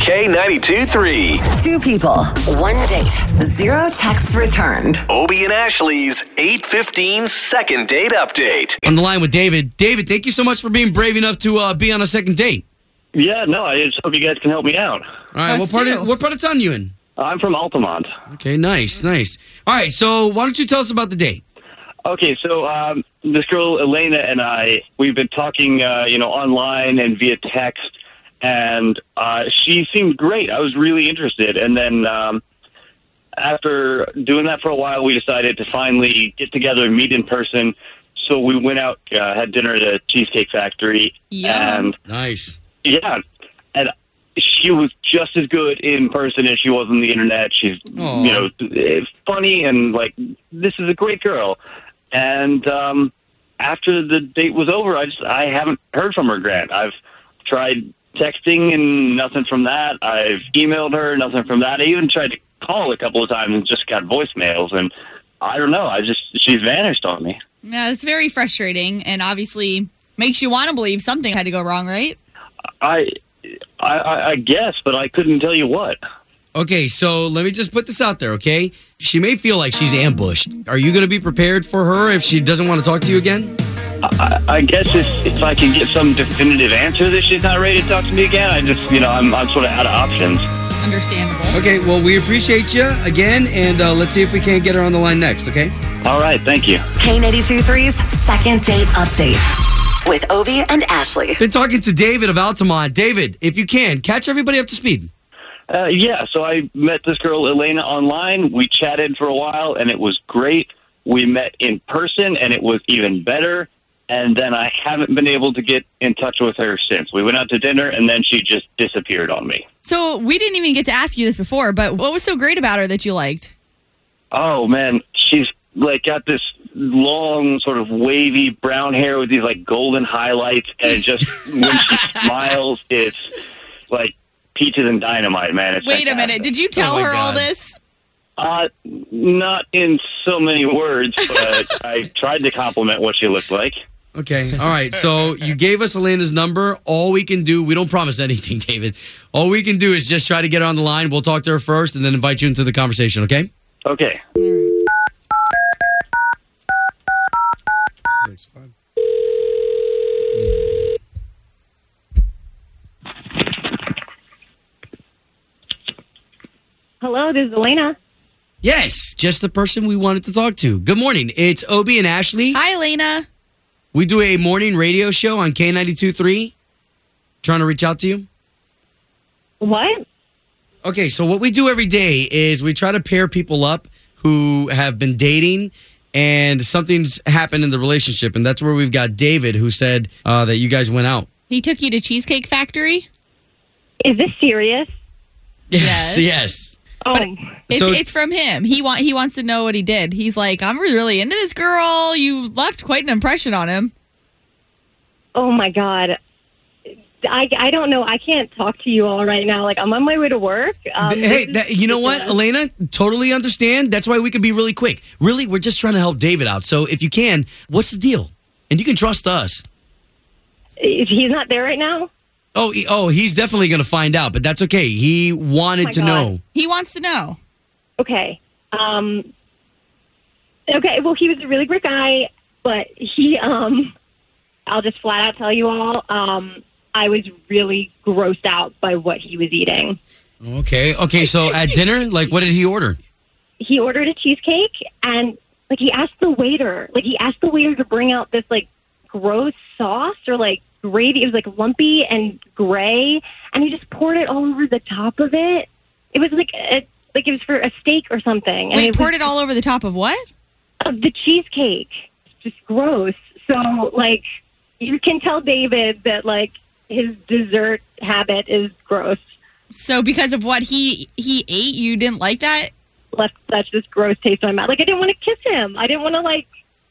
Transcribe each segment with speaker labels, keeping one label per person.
Speaker 1: K92 3.
Speaker 2: Two people, one date, zero texts returned.
Speaker 1: Obie and Ashley's 815 second date update.
Speaker 3: on the line with David. David, thank you so much for being brave enough to uh, be on a second date.
Speaker 4: Yeah, no, I just hope you guys can help me out.
Speaker 3: All right,
Speaker 5: Us
Speaker 3: what part
Speaker 5: too.
Speaker 3: of, what part of town you in?
Speaker 4: I'm from Altamont.
Speaker 3: Okay, nice, nice. All right, so why don't you tell us about the date?
Speaker 4: Okay, so um, this girl Elena and I, we've been talking, uh, you know, online and via text, and uh, she seemed great. I was really interested, and then um, after doing that for a while, we decided to finally get together and meet in person. So we went out, uh, had dinner at a cheesecake factory,
Speaker 5: Yeah.
Speaker 4: and
Speaker 3: Nice.
Speaker 4: Yeah, and she was just as good in person as she was on the internet. She's
Speaker 3: Aw.
Speaker 4: you know eh, funny and like this is a great girl. And um, after the date was over, I just I haven't heard from her. Grant, I've tried texting and nothing from that. I've emailed her, nothing from that. I even tried to call a couple of times and just got voicemails. And I don't know. I just she's vanished on me.
Speaker 5: Yeah, it's very frustrating and obviously makes you want to believe something had to go wrong, right?
Speaker 4: I I, I, I guess, but I couldn't tell you what.
Speaker 3: Okay, so let me just put this out there, okay? She may feel like she's ambushed. Are you going to be prepared for her if she doesn't want to talk to you again?
Speaker 4: I guess if, if I can get some definitive answer that she's not ready to talk to me again, I just, you know, I'm, I'm sort of out of options.
Speaker 5: Understandable.
Speaker 3: Okay, well, we appreciate you again, and uh, let's see if we can't get her on the line next, okay?
Speaker 4: All right, thank you.
Speaker 2: K82 3's second date update with Ovi and Ashley.
Speaker 3: Been talking to David of Altamont. David, if you can, catch everybody up to speed.
Speaker 4: Uh, yeah, so I met this girl, Elena, online. We chatted for a while, and it was great. We met in person, and it was even better. And then I haven't been able to get in touch with her since. We went out to dinner, and then she just disappeared on me.
Speaker 5: So we didn't even get to ask you this before, but what was so great about her that you liked?
Speaker 4: Oh man, she's like got this long sort of wavy brown hair with these like golden highlights, and it just when she smiles, it's like peaches and dynamite, man. It's
Speaker 5: Wait a minute. Did you tell
Speaker 3: Oh, my
Speaker 5: her all
Speaker 3: God.
Speaker 5: this?
Speaker 4: uh, not in so many words, but I tried to compliment what she looked like.
Speaker 3: Okay. All right. So you gave us Elena's number. All we can do, we don't promise anything, David. All we can do is just try to get her on the line. We'll talk to her first and then invite you into the conversation, okay?
Speaker 4: Okay,
Speaker 6: Hello, this is Elena.
Speaker 3: Yes, just the person we wanted to talk to. Good morning. It's Obie and Ashley.
Speaker 5: Hi, Elena.
Speaker 3: We do a morning radio show on K92.3. Trying to reach out to you.
Speaker 6: What?
Speaker 3: Okay. So what we do every day is we try to pair people up who have been dating and something's happened in the relationship. And that's where we've got David who said uh, that you guys went out.
Speaker 5: He took you to Cheesecake Factory.
Speaker 6: Is this serious?
Speaker 5: Yes.
Speaker 3: Yes.
Speaker 6: Oh,
Speaker 5: It's,
Speaker 3: So-
Speaker 5: it's from him. He want he wants to know what he did. He's like, I'm really into this girl. You left quite an impression on him.
Speaker 6: oh my God. I, I don't know. I can't talk to you all right now. Like, I'm on my way to work. Um,
Speaker 3: Th- hey,
Speaker 6: this is
Speaker 3: that, you know what,
Speaker 6: ridiculous.
Speaker 3: Elena? Totally understand. That's why we could be really quick. Really, we're just trying to help David out. So if you can, what's the deal? And you can trust us.
Speaker 6: Is- He's not there right now.
Speaker 3: Oh, he- oh, he's definitely going to find out, but that's okay. He wanted
Speaker 5: Oh
Speaker 6: my
Speaker 3: to
Speaker 6: God.
Speaker 3: know.
Speaker 5: He wants to know.
Speaker 6: Okay. Um, okay. Well, he was a really great guy, but he, um, I'll just flat out tell you all, um, I was really grossed out by what he was eating.
Speaker 3: Okay, okay. So at dinner, like, what did he order?
Speaker 6: he ordered a cheesecake and like he asked the waiter like he asked the waiter to bring out this like gross sauce or like gravy it was like lumpy and gray and he just poured it all over the top of it it was like a, like it was for a steak or something and
Speaker 5: Wait,
Speaker 6: it
Speaker 5: poured
Speaker 6: was
Speaker 5: it all over the top of what?
Speaker 6: of the cheesecake It's just gross so like you can tell david that like his dessert habit is gross
Speaker 5: So because of what he he ate, you didn't like that.
Speaker 6: left such this gross taste in my mouth like i didn't want to kiss him i didn't want to like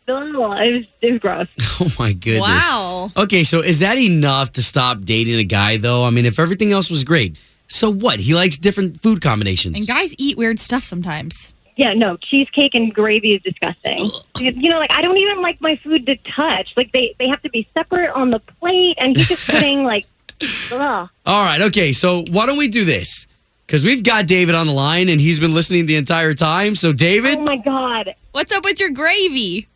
Speaker 6: ugh, it was it was gross
Speaker 3: Oh my goodness.
Speaker 5: Wow.
Speaker 3: Okay, so is that enough to stop dating a guy though? I mean, if everything else was great, so what? He likes different food combinations.
Speaker 5: And guys eat weird stuff sometimes.
Speaker 6: Yeah, no, cheesecake and gravy is disgusting. You you know, like I don't even like my food to touch. Like they they have to be separate on the plate, and he's just putting like Ugh. Oh
Speaker 3: All right, okay. So why don't we do this? Because we've got David on the line and he's been listening the entire time. So David,
Speaker 6: Oh my god.
Speaker 5: What's up with your gravy?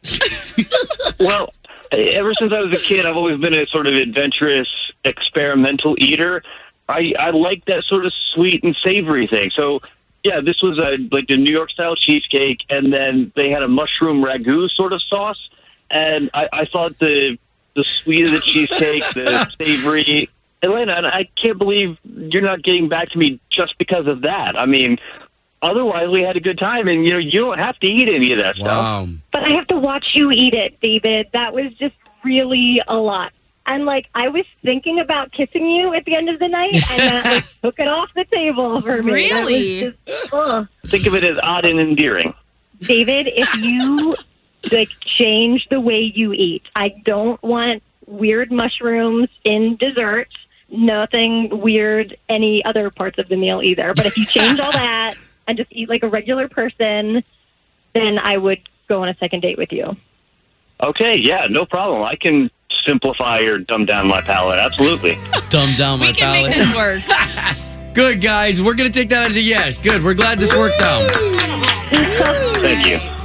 Speaker 4: Well, ever since I was a kid, I've always been a sort of adventurous, experimental eater. I, I like that sort of sweet and savory thing. So, yeah, this was a like the New York style cheesecake, and then they had a mushroom ragu sort of sauce. And I, I thought the the sweet of the cheesecake, the savory. Elena, and I can't believe you're not getting back to me just because of that. I mean, otherwise we had a good time, and you know you don't have to eat any of that stuff.
Speaker 3: wow,
Speaker 6: But I have to watch you eat it, David. That was just really a lot. And like I was thinking about kissing you at the end of the night, and that like, took it off the table for me. That was
Speaker 5: Really?
Speaker 6: just- ugh.
Speaker 4: Think of it as odd and endearing.
Speaker 6: David, if you like change the way you eat, I don't want weird mushrooms in dessert. Nothing weird any other parts of the meal either. But if you change all that and just eat like a regular person, then I would go on a second date with you.
Speaker 4: Okay, yeah, no problem. I can simplify or dumb down my palate. Absolutely.
Speaker 3: dumb down my
Speaker 5: We can
Speaker 3: palate.
Speaker 5: make this work.
Speaker 3: Good guys, we're gonna take that as a yes. Good, we're glad this worked out.
Speaker 4: Thank you.